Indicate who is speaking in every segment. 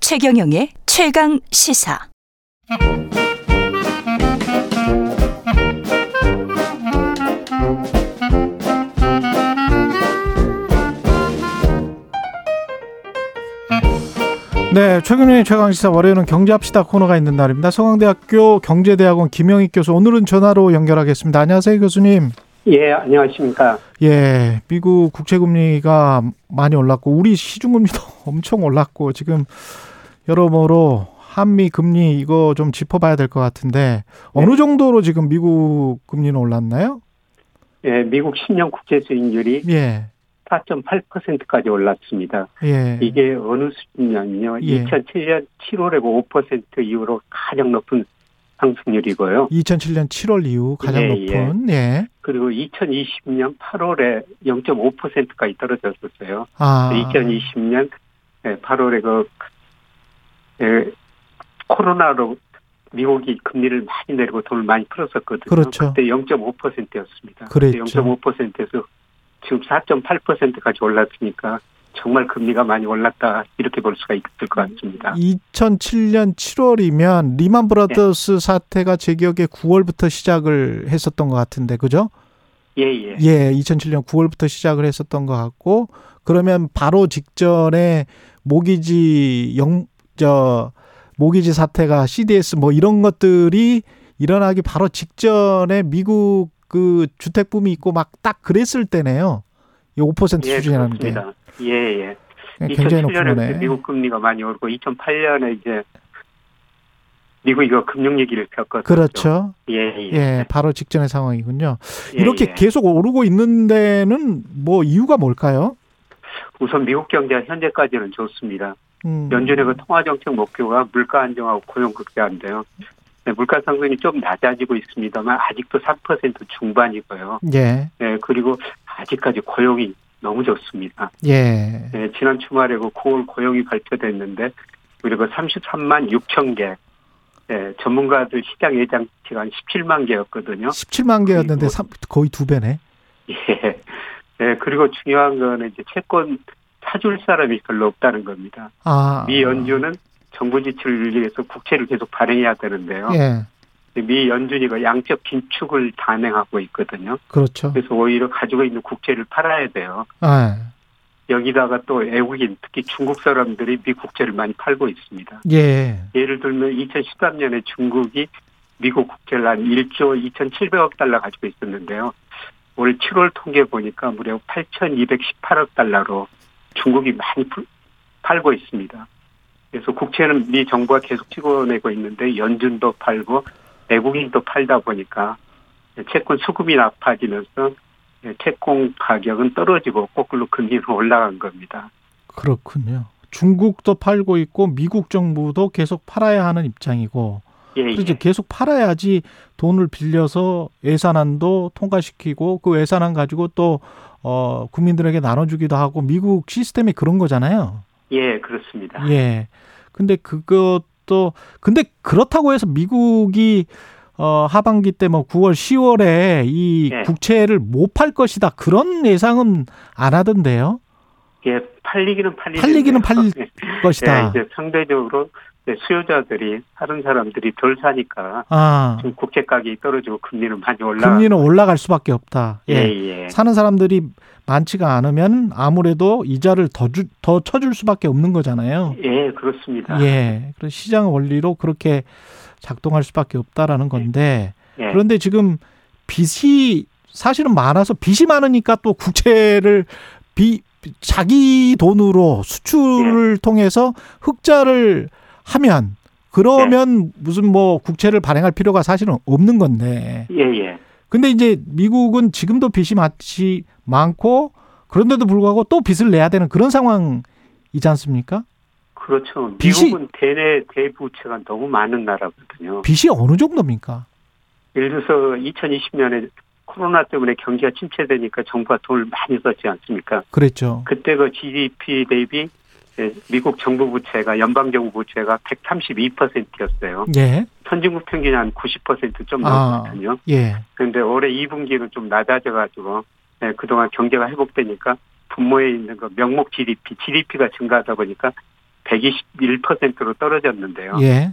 Speaker 1: 최경영의 최강 시사.
Speaker 2: 네, 최근의 최강시사 월요일은 경제합시다 코너가 있는 날입니다. 서강대학교 경제대학원 김영익 교수 오늘은 전화로 연결하겠습니다. 안녕하세요, 교수님.
Speaker 3: 예, 안녕하십니까.
Speaker 2: 예, 미국 국채금리가 많이 올랐고 우리 시중금리도 엄청 올랐고 지금 여러모로 한미 금리 이거 좀 짚어봐야 될 것
Speaker 3: 네.
Speaker 2: 같은데 어느 정도로 지금 미국 금리는 올랐나요?
Speaker 3: 예, 미국 10년 국제 수익률이
Speaker 2: 예,
Speaker 3: 4.8%까지 올랐습니다.
Speaker 2: 예,
Speaker 3: 이게 어느 수준이냐면요.
Speaker 2: 예.
Speaker 3: 2007년 7월에고 5% 이후로 가장 높은 상승률이고요.
Speaker 2: 2007년 7월 이후 가장
Speaker 3: 예, 예.
Speaker 2: 높은 예,
Speaker 3: 그리고 2020년 8월에 0.5%까지 떨어졌었어요.
Speaker 2: 아,
Speaker 3: 2020년 8월에 그 예, 코로나로 미국이 금리를 많이 내리고 돈을 많이 풀었었거든요.
Speaker 2: 그렇죠.
Speaker 3: 그때 0.5%였습니다.
Speaker 2: 그랬죠.
Speaker 3: 0.5%에서 지금 4.8%까지 올랐으니까 정말 금리가 많이 올랐다 이렇게 볼 수가 있을 것 같습니다.
Speaker 2: 2007년 7월이면 리만 브라더스
Speaker 3: 네.
Speaker 2: 사태가 제 기억에 9월부터 시작을 했었던 것 같은데 그죠?
Speaker 3: 예예.
Speaker 2: 예, 2007년 9월부터 시작을 했었던 것 같고 그러면 바로 직전에 모기지 영저 모기지 사태가 CDS 뭐 이런 것들이 일어나기 바로 직전에 미국 그 주택 붐이 있고 막 딱 그랬을 때네요. 이5%
Speaker 3: 예,
Speaker 2: 수준이라는 게
Speaker 3: 그렇습니다. 예예.
Speaker 2: 굉장히 높은
Speaker 3: 2007년에
Speaker 2: 거네.
Speaker 3: 미국 금리가 많이 오르고 2008년에 이제 미국이 그 금융 얘기를 폈거든요.
Speaker 2: 그렇죠.
Speaker 3: 예예.
Speaker 2: 예, 바로 직전의 상황이군요.
Speaker 3: 예,
Speaker 2: 이렇게
Speaker 3: 예.
Speaker 2: 계속 오르고 있는 데는 뭐 이유가 뭘까요?
Speaker 3: 우선 미국 경제가 현재까지는 좋습니다.
Speaker 2: 음.
Speaker 3: 연준의 그 통화정책 목표가 물가 안정하고 고용 극대화인데요. 네, 물가 상승이 좀 낮아지고 있습니다만 아직도 3% 중반이고요.
Speaker 2: 예,
Speaker 3: 네, 그리고 아직까지 고용이 너무 좋습니다.
Speaker 2: 예,
Speaker 3: 네, 지난 주말에 그 9월 고용이 발표됐는데 그리고 33만 6천 개. 네, 전문가들 시장 예상치가 한 17만 개였거든요.
Speaker 2: 17만 개였는데
Speaker 3: 그리고-
Speaker 2: 삼- 거의 두 배네.
Speaker 3: 예. 네, 그리고 중요한 거는 이제 채권 사줄 사람이 별로 없다는 겁니다.
Speaker 2: 아,
Speaker 3: 미 연준은 정부 지출을 위해서 국채를 계속 발행해야 되는데요.
Speaker 2: 예,
Speaker 3: 미 연준이 그 양적 긴축을 단행하고 있거든요.
Speaker 2: 그렇죠.
Speaker 3: 그래서 오히려 가지고 있는 국채를 팔아야 돼요.
Speaker 2: 예,
Speaker 3: 여기다가 또 외국인, 특히 중국 사람들이 미 국채를 많이 팔고 있습니다.
Speaker 2: 예, 예,
Speaker 3: 예를 들면 2013년에 중국이 미국 국채를 한 1조 2,700억 달러 가지고 있었는데요. 올 7월 통계 보니까 무려 8,218억 달러로 중국이 많이 풀- 팔고 있습니다. 그래서 국채는 미 정부가 계속 찍어내고 있는데 연준도 팔고 외국인도 팔다 보니까 채권 수급이 나빠지면서 채권 가격은 떨어지고 거꾸로 금리는 올라간 겁니다.
Speaker 2: 그렇군요. 중국도 팔고 있고 미국 정부도 계속 팔아야 하는 입장이고
Speaker 3: 예, 예.
Speaker 2: 그렇죠. 계속 팔아야지 돈을 빌려서 예산안도 통과시키고 그 예산안 가지고 또 어, 국민들에게 나눠주기도 하고 미국 시스템이 그런 거잖아요.
Speaker 3: 예, 그렇습니다.
Speaker 2: 예. 근데 그것도 근데 그렇다고 해서 미국이 어 하반기 때 뭐 9월 10월에 이
Speaker 3: 예.
Speaker 2: 국채를 못 팔 것이다 그런 예상은 안 하던데요.
Speaker 3: 예, 팔리기는 팔리는
Speaker 2: 팔리기는 팔릴 것이다.
Speaker 3: 예, 이제 상대적으로 이제 수요자들이 사는 사람들이 덜 사니까
Speaker 2: 아.
Speaker 3: 지금 국채 가격이 떨어지고 금리는 많이 올라.
Speaker 2: 금리는 올라갈 수밖에 없다.
Speaker 3: 예,
Speaker 2: 예.
Speaker 3: 예.
Speaker 2: 사는 사람들이 많지가 않으면 아무래도 이자를 더 주, 더 쳐줄 수밖에 없는 거잖아요.
Speaker 3: 예, 그렇습니다.
Speaker 2: 예. 그래서 시장 원리로 그렇게 작동할 수밖에 없다라는 건데
Speaker 3: 예.
Speaker 2: 그런데 지금 빚이 사실은 많아서 빚이 많으니까 또 국채를 비 자기 돈으로 수출을 통해서 흑자를 하면 그러면 무슨 뭐 국채를 발행할 필요가 사실은 없는 건데.
Speaker 3: 예, 예.
Speaker 2: 근데 이제 미국은 지금도 빚이 마치 많고 그런데도 불구하고 또 빚을 내야 되는 그런 상황이지 않습니까?
Speaker 3: 그렇죠.
Speaker 2: 빚이-
Speaker 3: 미국은 대내 대부채가 너무 많은 나라거든요.
Speaker 2: 빚이 어느 정도입니까?
Speaker 3: 예를 들어서 2020년에 코로나 때문에 경기가 침체되니까 정부가 돈을 많이 썼지 않습니까?
Speaker 2: 그랬죠.
Speaker 3: 그때 그 GDP 대비 예, 미국 정부 부채가 연방 정부 부채가 132%였어요.
Speaker 2: 예.
Speaker 3: 선진국 평균이 한 90%좀
Speaker 2: 아.
Speaker 3: 넘거든요.
Speaker 2: 예.
Speaker 3: 그런데 올해 2분기는 좀 낮아져가지고 예, 그동안 경제가 회복되니까 분모에 있는 그 명목 GDP, GDP가 증가하다 보니까 121%로 떨어졌는데요.
Speaker 2: 예.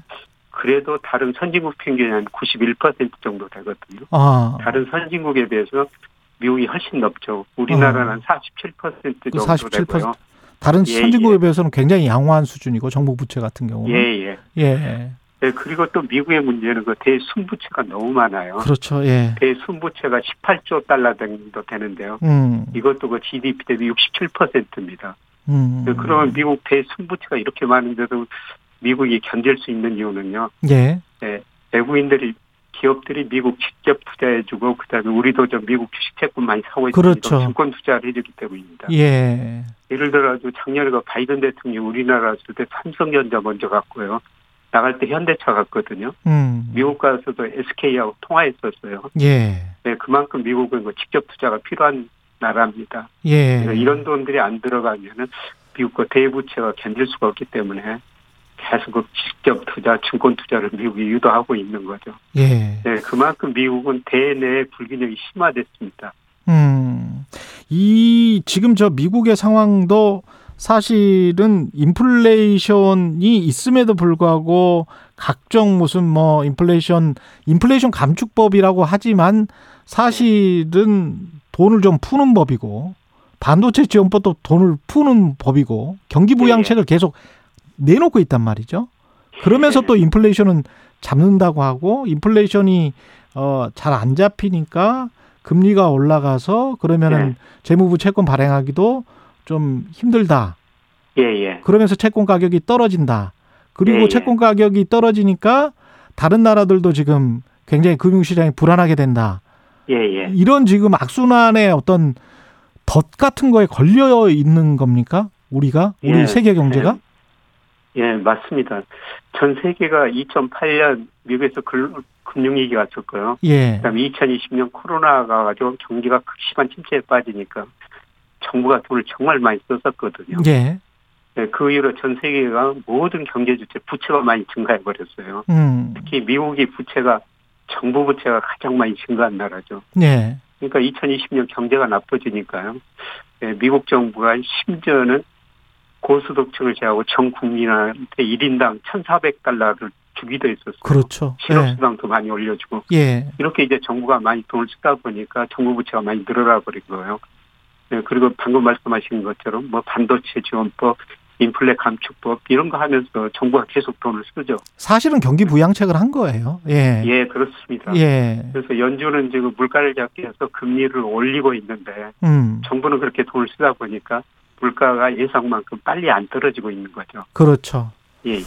Speaker 3: 그래도 다른 선진국 평균이 한 91% 정도 되거든요.
Speaker 2: 아.
Speaker 3: 다른 선진국에 비해서 미국이 훨씬 높죠. 우리나라는
Speaker 2: 어. 그
Speaker 3: 47% 정도
Speaker 2: 47%
Speaker 3: 되고요.
Speaker 2: 다른
Speaker 3: 예,
Speaker 2: 선진국에
Speaker 3: 예.
Speaker 2: 비해서는 굉장히 양호한 수준이고 정부 부채 같은 경우는
Speaker 3: 예, 예.
Speaker 2: 예.
Speaker 3: 네, 그리고 또 미국의 문제는 그 대순부채가 너무 많아요.
Speaker 2: 그렇죠. 예.
Speaker 3: 대순부채가 18조 달러 정도 되는데요.
Speaker 2: 음.
Speaker 3: 이것도 그 GDP 대비 67%입니다.
Speaker 2: 음.
Speaker 3: 예. 그러면 미국 대순부채가 이렇게 많은데도 미국이 견딜 수 있는 이유는요.
Speaker 2: 예.
Speaker 3: 외국인들이 기업들이 미국 직접 투자해주고 그다음에 우리도 좀 미국 주식 채권 많이 사고 있고
Speaker 2: 그렇죠.
Speaker 3: 증권 투자를 해주기 때문입니다.
Speaker 2: 예.
Speaker 3: 예를 들어 아주 작년에 그 바이든 대통령이 우리나라 왔을 때 삼성전자 먼저 갔고요. 나갈 때 현대차 갔거든요.
Speaker 2: 음.
Speaker 3: 미국 가서도 SK하고 통화했었어요.
Speaker 2: 예.
Speaker 3: 네, 그만큼 미국은 그 직접 투자가 필요한 나라입니다.
Speaker 2: 예.
Speaker 3: 그러니까 이런 돈들이 안 들어가면은 미국 그 대부채가 견딜 수가 없기 때문에 계속 그 직접 투자, 증권 투자를 미국이 유도하고 있는 거죠.
Speaker 2: 예.
Speaker 3: 네, 그만큼 미국은 대내 불균형이 심화됐습니다.
Speaker 2: 음. 이 지금 저 미국의 상황도 사실은 인플레이션이 있음에도 불구하고 각종 무슨 뭐 인플레이션 인플레이션 감축법이라고 하지만 사실은 돈을 좀 푸는 법이고 반도체 지원법도 돈을 푸는 법이고 경기 부양책을 계속 내놓고 있단 말이죠. 그러면서
Speaker 3: 네.
Speaker 2: 또 인플레이션은 잡는다고 하고 인플레이션이 어, 잘 안 잡히니까 금리가 올라가서 그러면은
Speaker 3: 네.
Speaker 2: 재무부 채권 발행하기도 좀 힘들다.
Speaker 3: 예, 예.
Speaker 2: 그러면서 채권 가격이 떨어진다. 그리고
Speaker 3: 예, 예.
Speaker 2: 채권 가격이 떨어지니까 다른 나라들도 지금 굉장히 금융시장이 불안하게 된다.
Speaker 3: 예, 예.
Speaker 2: 이런 지금 악순환의 어떤 덫 같은 거에 걸려 있는 겁니까? 우리가 우리
Speaker 3: 예,
Speaker 2: 세계 경제가?
Speaker 3: 예, 맞습니다. 전 세계가 2008년 미국에서 글- 금융위기 왔었고요.
Speaker 2: 예.
Speaker 3: 그다음에 2020년 코로나가 가지고 경기가 극심한 침체에 빠지니까 정부가 돈을 정말 많이 썼었거든요.
Speaker 2: 예.
Speaker 3: 네, 그 이후로 전 세계가 모든 경제 주체 부채가 많이 증가해 버렸어요.
Speaker 2: 음.
Speaker 3: 특히 미국이 부채가 정부 부채가 가장 많이 증가한 나라죠.
Speaker 2: 예.
Speaker 3: 그러니까 2020년 경제가 나빠지니까요. 예, 미국 정부가 심지어는 고소득층을 제하고 전 국민한테 1인당 1,400달러를 주기도 했었어요.
Speaker 2: 그렇죠. 예.
Speaker 3: 실업수당도 많이 올려주고
Speaker 2: 예.
Speaker 3: 이렇게 이제 정부가 많이 돈을 쓰다 보니까 정부 부채가 많이 늘어나 버린 거예요. 예, 그리고 방금 말씀하신 것처럼 뭐 반도체 지원법, 인플레 감축법 이런 거 하면서 정부가 계속 돈을 쓰죠.
Speaker 2: 사실은 경기 부양책을 한 거예요. 예.
Speaker 3: 예, 그렇습니다.
Speaker 2: 예.
Speaker 3: 그래서 연준은 지금 물가를 잡기 위해서 금리를 올리고 있는데
Speaker 2: 음.
Speaker 3: 정부는 그렇게 돈을 쓰다 보니까 물가가 예상만큼 빨리 안 떨어지고 있는 거죠.
Speaker 2: 그렇죠.
Speaker 3: 예.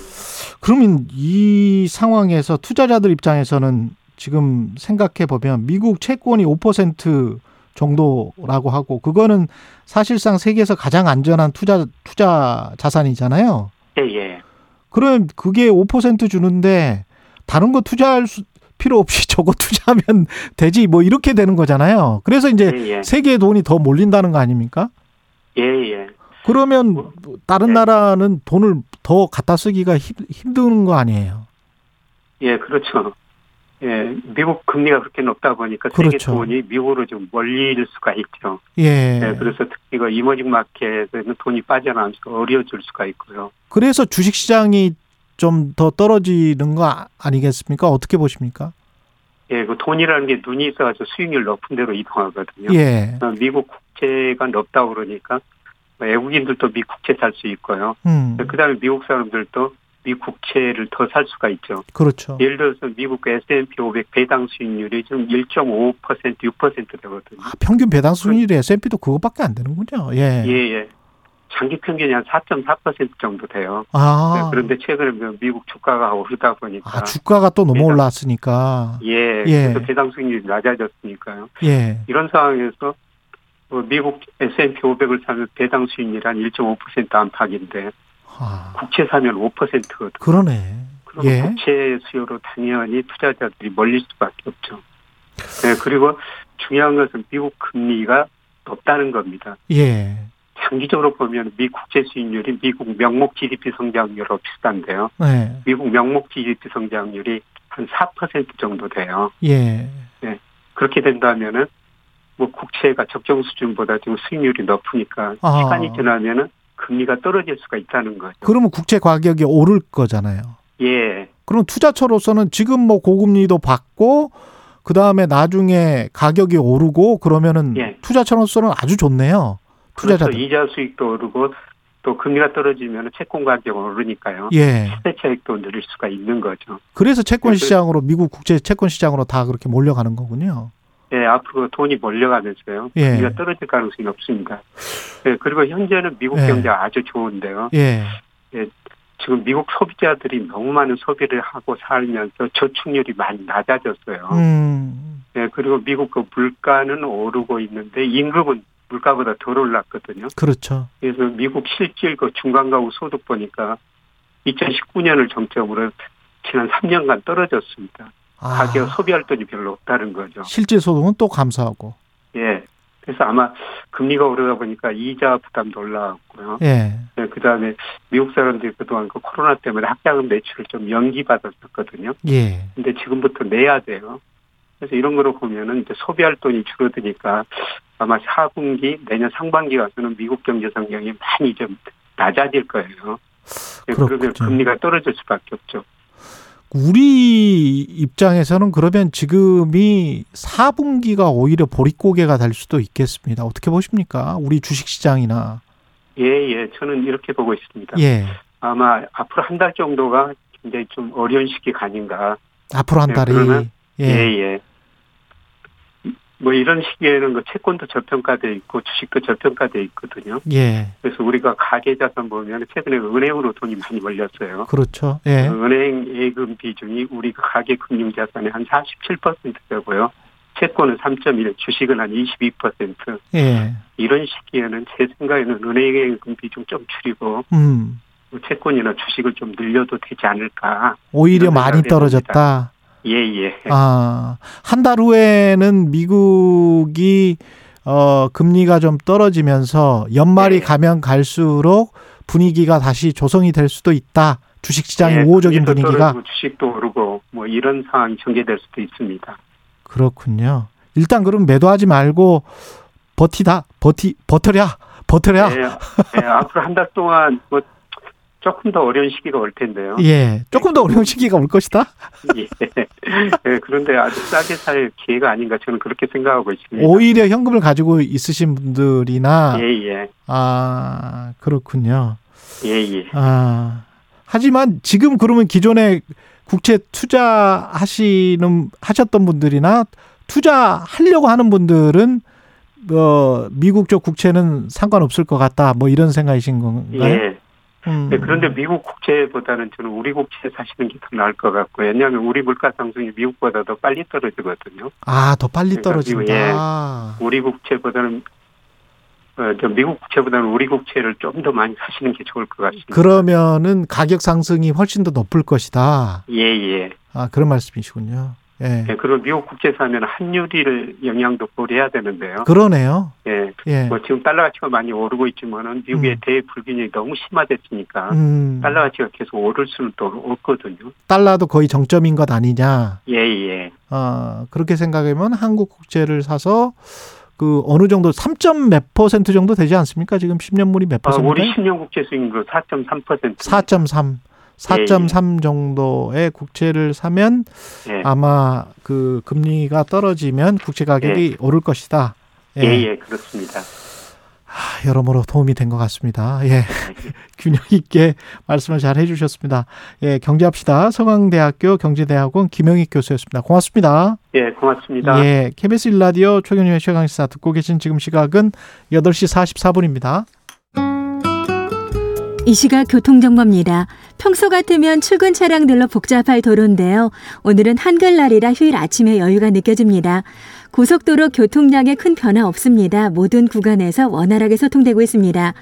Speaker 2: 그러면 이 상황에서 투자자들 입장에서는 지금 생각해 보면 미국 채권이 5% 정도라고 하고 그거는 사실상 세계에서 가장 안전한 투자 투자 자산이잖아요.
Speaker 3: 예, 예.
Speaker 2: 그럼 그게 5% 주는데 다른 거 투자할 수- 필요 없이 저거 투자하면 되지 뭐 이렇게 되는 거잖아요. 그래서
Speaker 3: 예,
Speaker 2: 이제
Speaker 3: 예.
Speaker 2: 세계의 돈이 더 몰린다는 거 아닙니까?
Speaker 3: 예, 예.
Speaker 2: 그러면 다른
Speaker 3: 네.
Speaker 2: 나라는 돈을 더 갖다 쓰기가 힘, 힘든 거 아니에요.
Speaker 3: 예, 그렇죠. 예, 미국 금리가 그렇게 높다 보니까 세계
Speaker 2: 그렇죠.
Speaker 3: 돈이 미국으로 좀 멀리일 수가 있죠.
Speaker 2: 예.
Speaker 3: 예, 그래서 특히 그 이머징 마켓에는 돈이 빠져나오면서 어려워질 수가 있고요.
Speaker 2: 그래서 주식 시장이 좀 더 떨어지는 거 아- 아니겠습니까? 어떻게 보십니까?
Speaker 3: 예, 그 돈이라는 게 눈이 있어가지고 수익률 높은 데로 이동하거든요.
Speaker 2: 예.
Speaker 3: 어, 미국 국채가 높다 그러니까 외국인들도 미 국채 살 수 있고요.
Speaker 2: 음.
Speaker 3: 네, 그다음에 미국 사람들도 미 국채를 더 살 수가 있죠.
Speaker 2: 그렇죠.
Speaker 3: 예를 들어서 미국 그 S&P 500 배당 수익률이 지금 1.55% 6% 되거든요.
Speaker 2: 아, 평균 배당 수익률이 S&P도 그거밖에 안 되는군요. 예.
Speaker 3: 예, 예. 장기 평균이 한 4.4% 정도 돼요.
Speaker 2: 아.
Speaker 3: 네, 그런데 최근에 그 미국 주가가 오르다 보니까
Speaker 2: 아, 주가가 또 너무
Speaker 3: 배당-
Speaker 2: 올랐으니까.
Speaker 3: 예,
Speaker 2: 예.
Speaker 3: 그래서 배당 수익률이 낮아졌으니까요.
Speaker 2: 예.
Speaker 3: 이런 상황에서 뭐 미국 S&P 500을 사면 배당 수익률이 한 1.5% 안팎인데
Speaker 2: 아,
Speaker 3: 국채 사면 5%거든요.
Speaker 2: 그러네.
Speaker 3: 그럼
Speaker 2: 예.
Speaker 3: 국채 수요로 당연히 투자자들이 멀릴 수밖에 없죠. 네, 그리고 중요한 것은 미국 금리가 높다는 겁니다.
Speaker 2: 예.
Speaker 3: 장기적으로 보면 미 국채 수익률이 미국 명목 GDP 성장률하고 비슷한데요.
Speaker 2: 네.
Speaker 3: 미국 명목 GDP 성장률이 한 4% 정도 돼요.
Speaker 2: 예.
Speaker 3: 그렇게 된다면은 뭐 국채가 적정 수준보다 지금 수익률이 높으니까
Speaker 2: 아.
Speaker 3: 시간이 지나면은 금리가 떨어질 수가 있다는 거죠.
Speaker 2: 그러면 국채 가격이 오를 거잖아요.
Speaker 3: 예,
Speaker 2: 그럼 투자처로서는 지금 뭐 고금리도 받고 그 다음에 나중에 가격이 오르고 그러면은
Speaker 3: 예. 그렇죠.
Speaker 2: 투자처로서는 아주 좋네요.
Speaker 3: 그래서
Speaker 2: 투자자들.
Speaker 3: 이자 수익도 오르고 또 금리가 떨어지면 채권 가격 오르니까요.
Speaker 2: 예.
Speaker 3: 시세 차익도 늘릴 수가 있는 거죠.
Speaker 2: 그래서 채권
Speaker 3: 예, 그래서-
Speaker 2: 시장으로 미국 국제 채권 시장으로 다 그렇게 몰려가는 거군요.
Speaker 3: 예, 앞으로 돈이 몰려가면서요.
Speaker 2: 예.
Speaker 3: 금리가 떨어질 가능성이 없습니다. 예, 그리고 현재는 미국
Speaker 2: 예.
Speaker 3: 경제가 아주 좋은데요.
Speaker 2: 예.
Speaker 3: 지금 미국 소비자들이 너무 많은 소비를 하고 살면서 저축률이 많이 낮아졌어요.
Speaker 2: 음.
Speaker 3: 예, 그리고 미국 그 물가는 오르고 있는데 임금은 물가보다 덜 올랐거든요.
Speaker 2: 그렇죠.
Speaker 3: 그래서 미국 실질 그 중간가구 소득 보니까 2019년을 정점으로 지난 3년간 떨어졌습니다.
Speaker 2: 아,
Speaker 3: 가격 소비할 돈이 별로 없다는 거죠.
Speaker 2: 실제 소득은 또 감소하고.
Speaker 3: 예. 그래서 아마 금리가 오르다 보니까 이자 부담도 올라왔고요.
Speaker 2: 예.
Speaker 3: 예, 그다음에 미국 사람들이 그동안 그 코로나 때문에 학자금 대출을 좀 연기받았었거든요.
Speaker 2: 예.
Speaker 3: 근데 지금부터 내야 돼요. 그래서 이런 거로 보면은 이제 소비할 돈이 줄어드니까 아마 4분기 내년 상반기 가서는 미국 경제 성장이 많이 좀 낮아질 거예요. 예, 그러면
Speaker 2: 그렇군요.
Speaker 3: 금리가 떨어질 수밖에 없죠.
Speaker 2: 우리 입장에서는 그러면 지금이 4분기가 오히려 보릿고개가 될 수도 있겠습니다. 어떻게 보십니까? 우리 주식 시장이나.
Speaker 3: 예, 예. 저는 이렇게 보고 있습니다.
Speaker 2: 예.
Speaker 3: 아마 앞으로 한 달 정도가 굉장히 좀 어려운 시기 가 아닌가.
Speaker 2: 앞으로 한
Speaker 3: 네,
Speaker 2: 달이
Speaker 3: 그러면-
Speaker 2: 예.
Speaker 3: 예, 예. 뭐 이런 시기에는 그 채권도 저평가돼 있고 주식도 저평가돼 있거든요.
Speaker 2: 예.
Speaker 3: 그래서 우리가 가계 자산 보면 최근에 그 은행으로 돈이 많이 몰렸어요.
Speaker 2: 그렇죠. 예.
Speaker 3: 은행 예금 비중이 우리 그 가계 금융 자산의 한 47% 되고요. 채권은 3.1, 주식은 한 22%.
Speaker 2: 예.
Speaker 3: 이런 시기에는 제 생각에는 은행 예금 비중 좀 줄이고
Speaker 2: 음.
Speaker 3: 채권이나 주식을 좀 늘려도 되지 않을까.
Speaker 2: 오히려
Speaker 3: 이런
Speaker 2: 많이
Speaker 3: 생각을
Speaker 2: 떨어졌다.
Speaker 3: 예, 예.
Speaker 2: 아, 한 달 후에는 미국이 어, 금리가 좀 떨어지면서 연말이
Speaker 3: 네.
Speaker 2: 가면 갈수록 분위기가 다시 조성이 될 수도 있다. 주식 시장의
Speaker 3: 예,
Speaker 2: 우호적인
Speaker 3: 금리도
Speaker 2: 분위기가
Speaker 3: 떨어지고 주식도 오르고 뭐 이런 상황이 전개될 수도 있습니다.
Speaker 2: 그렇군요. 일단 그럼 매도하지 말고 버티다. 버티 버텨라. 버텨라.
Speaker 3: 예, 예, 앞으로 한 달 동안 뭐 조금 더 어려운 시기가 올 텐데요.
Speaker 2: 예. 조금 더 어려운 시기가 올 것이다.
Speaker 3: 예. 예, 그런데 아주 싸게 살 기회가 아닌가 저는 그렇게 생각하고 있습니다.
Speaker 2: 오히려 현금을 가지고 있으신 분들이나
Speaker 3: 예. 예예
Speaker 2: 아, 그렇군요.
Speaker 3: 예예
Speaker 2: 아, 하지만 지금 그러면 기존에 국채 투자하시는 하셨던 분들이나 투자하려고 하는 분들은 어, 미국 쪽 국채는 상관없을 것 같다. 뭐 이런 생각이신 건가요?
Speaker 3: 예.
Speaker 2: 네? 음.
Speaker 3: 네, 그런데 미국 국채보다는 저는 우리 국채 사시는 게 더 나을 것 같고 왜냐하면 우리 물가 상승이 미국보다 더 빨리 떨어지거든요.
Speaker 2: 아, 더 빨리
Speaker 3: 그러니까 예. 미국,
Speaker 2: 떨어진다.
Speaker 3: 우리 국채보다는 어, 저 미국 국채보다는 우리 국채를 좀 더 많이 사시는 게 좋을 것 같습니다.
Speaker 2: 그러면은 가격 상승이 훨씬 더 높을 것이다.
Speaker 3: 예예.
Speaker 2: 아, 그런 말씀이시군요. 예.
Speaker 3: 네, 그리고 미국 국채 사면 환율을 영향도 고려해야 되는데요.
Speaker 2: 그러네요.
Speaker 3: 예.
Speaker 2: 예.
Speaker 3: 뭐 지금 달러 가치가 많이 오르고 있지만은 미국의
Speaker 2: 음.
Speaker 3: 대불균형이 너무 심화됐으니까
Speaker 2: 음,
Speaker 3: 달러 가치가 계속 오를 수는 또 없거든요.
Speaker 2: 달러도 거의 정점인 것 아니냐.
Speaker 3: 예예.
Speaker 2: 아, 그렇게 생각하면 한국 국채를 사서 그 어느 정도 3점 몇 퍼센트 정도 되지 않습니까? 지금 10년물이 몇
Speaker 3: 아,
Speaker 2: 퍼센트?
Speaker 3: 우리 10년 국채 수익률 4.3%.
Speaker 2: 4.3 4.3 정도의 국채를 사면
Speaker 3: 예.
Speaker 2: 아마 그 금리가 떨어지면 국채 가격이 오를 것이다.
Speaker 3: 예, 예, 그렇습니다.
Speaker 2: 아, 여러모로 도움이 된 것 같습니다. 예. 균형 있게 말씀을 잘 해주셨습니다. 예, 경제합시다. 서강대학교 경제대학원 김영익 교수였습니다. 고맙습니다.
Speaker 3: 예, 고맙습니다.
Speaker 2: 예, KBS 일라디오 최경영의 최강시사 듣고 계신 지금 시각은 8시 44분입니다.
Speaker 4: 이 시각 교통정보입니다. 평소 같으면 출근 차량들로 복잡할 도로인데요. 오늘은 한글날이라 휴일 아침에 여유가 느껴집니다. 고속도로 교통량에 큰 변화 없습니다. 모든 구간에서 원활하게 소통되고 있습니다.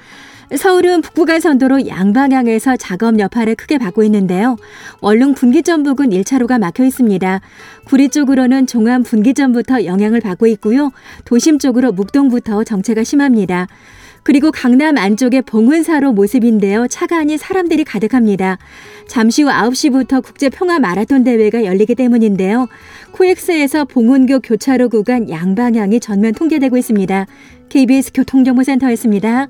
Speaker 4: 서울은 북부간선도로 양방향에서 작업 여파를 크게 받고 있는데요. 원룸 분기점 부근 1차로가 막혀 있습니다. 구리 쪽으로는 종암 분기점부터 영향을 받고 있고요. 도심 쪽으로 묵동부터 정체가 심합니다. 그리고 강남 안쪽의 봉은사로 모습인데요. 차가 아닌 사람들이 가득합니다. 잠시 후 9시부터 국제 평화 마라톤 대회가 열리기 때문인데요. 코엑스에서 봉은교 교차로 구간 양방향이 전면 통제되고 있습니다. KBS 교통정보센터였습니다.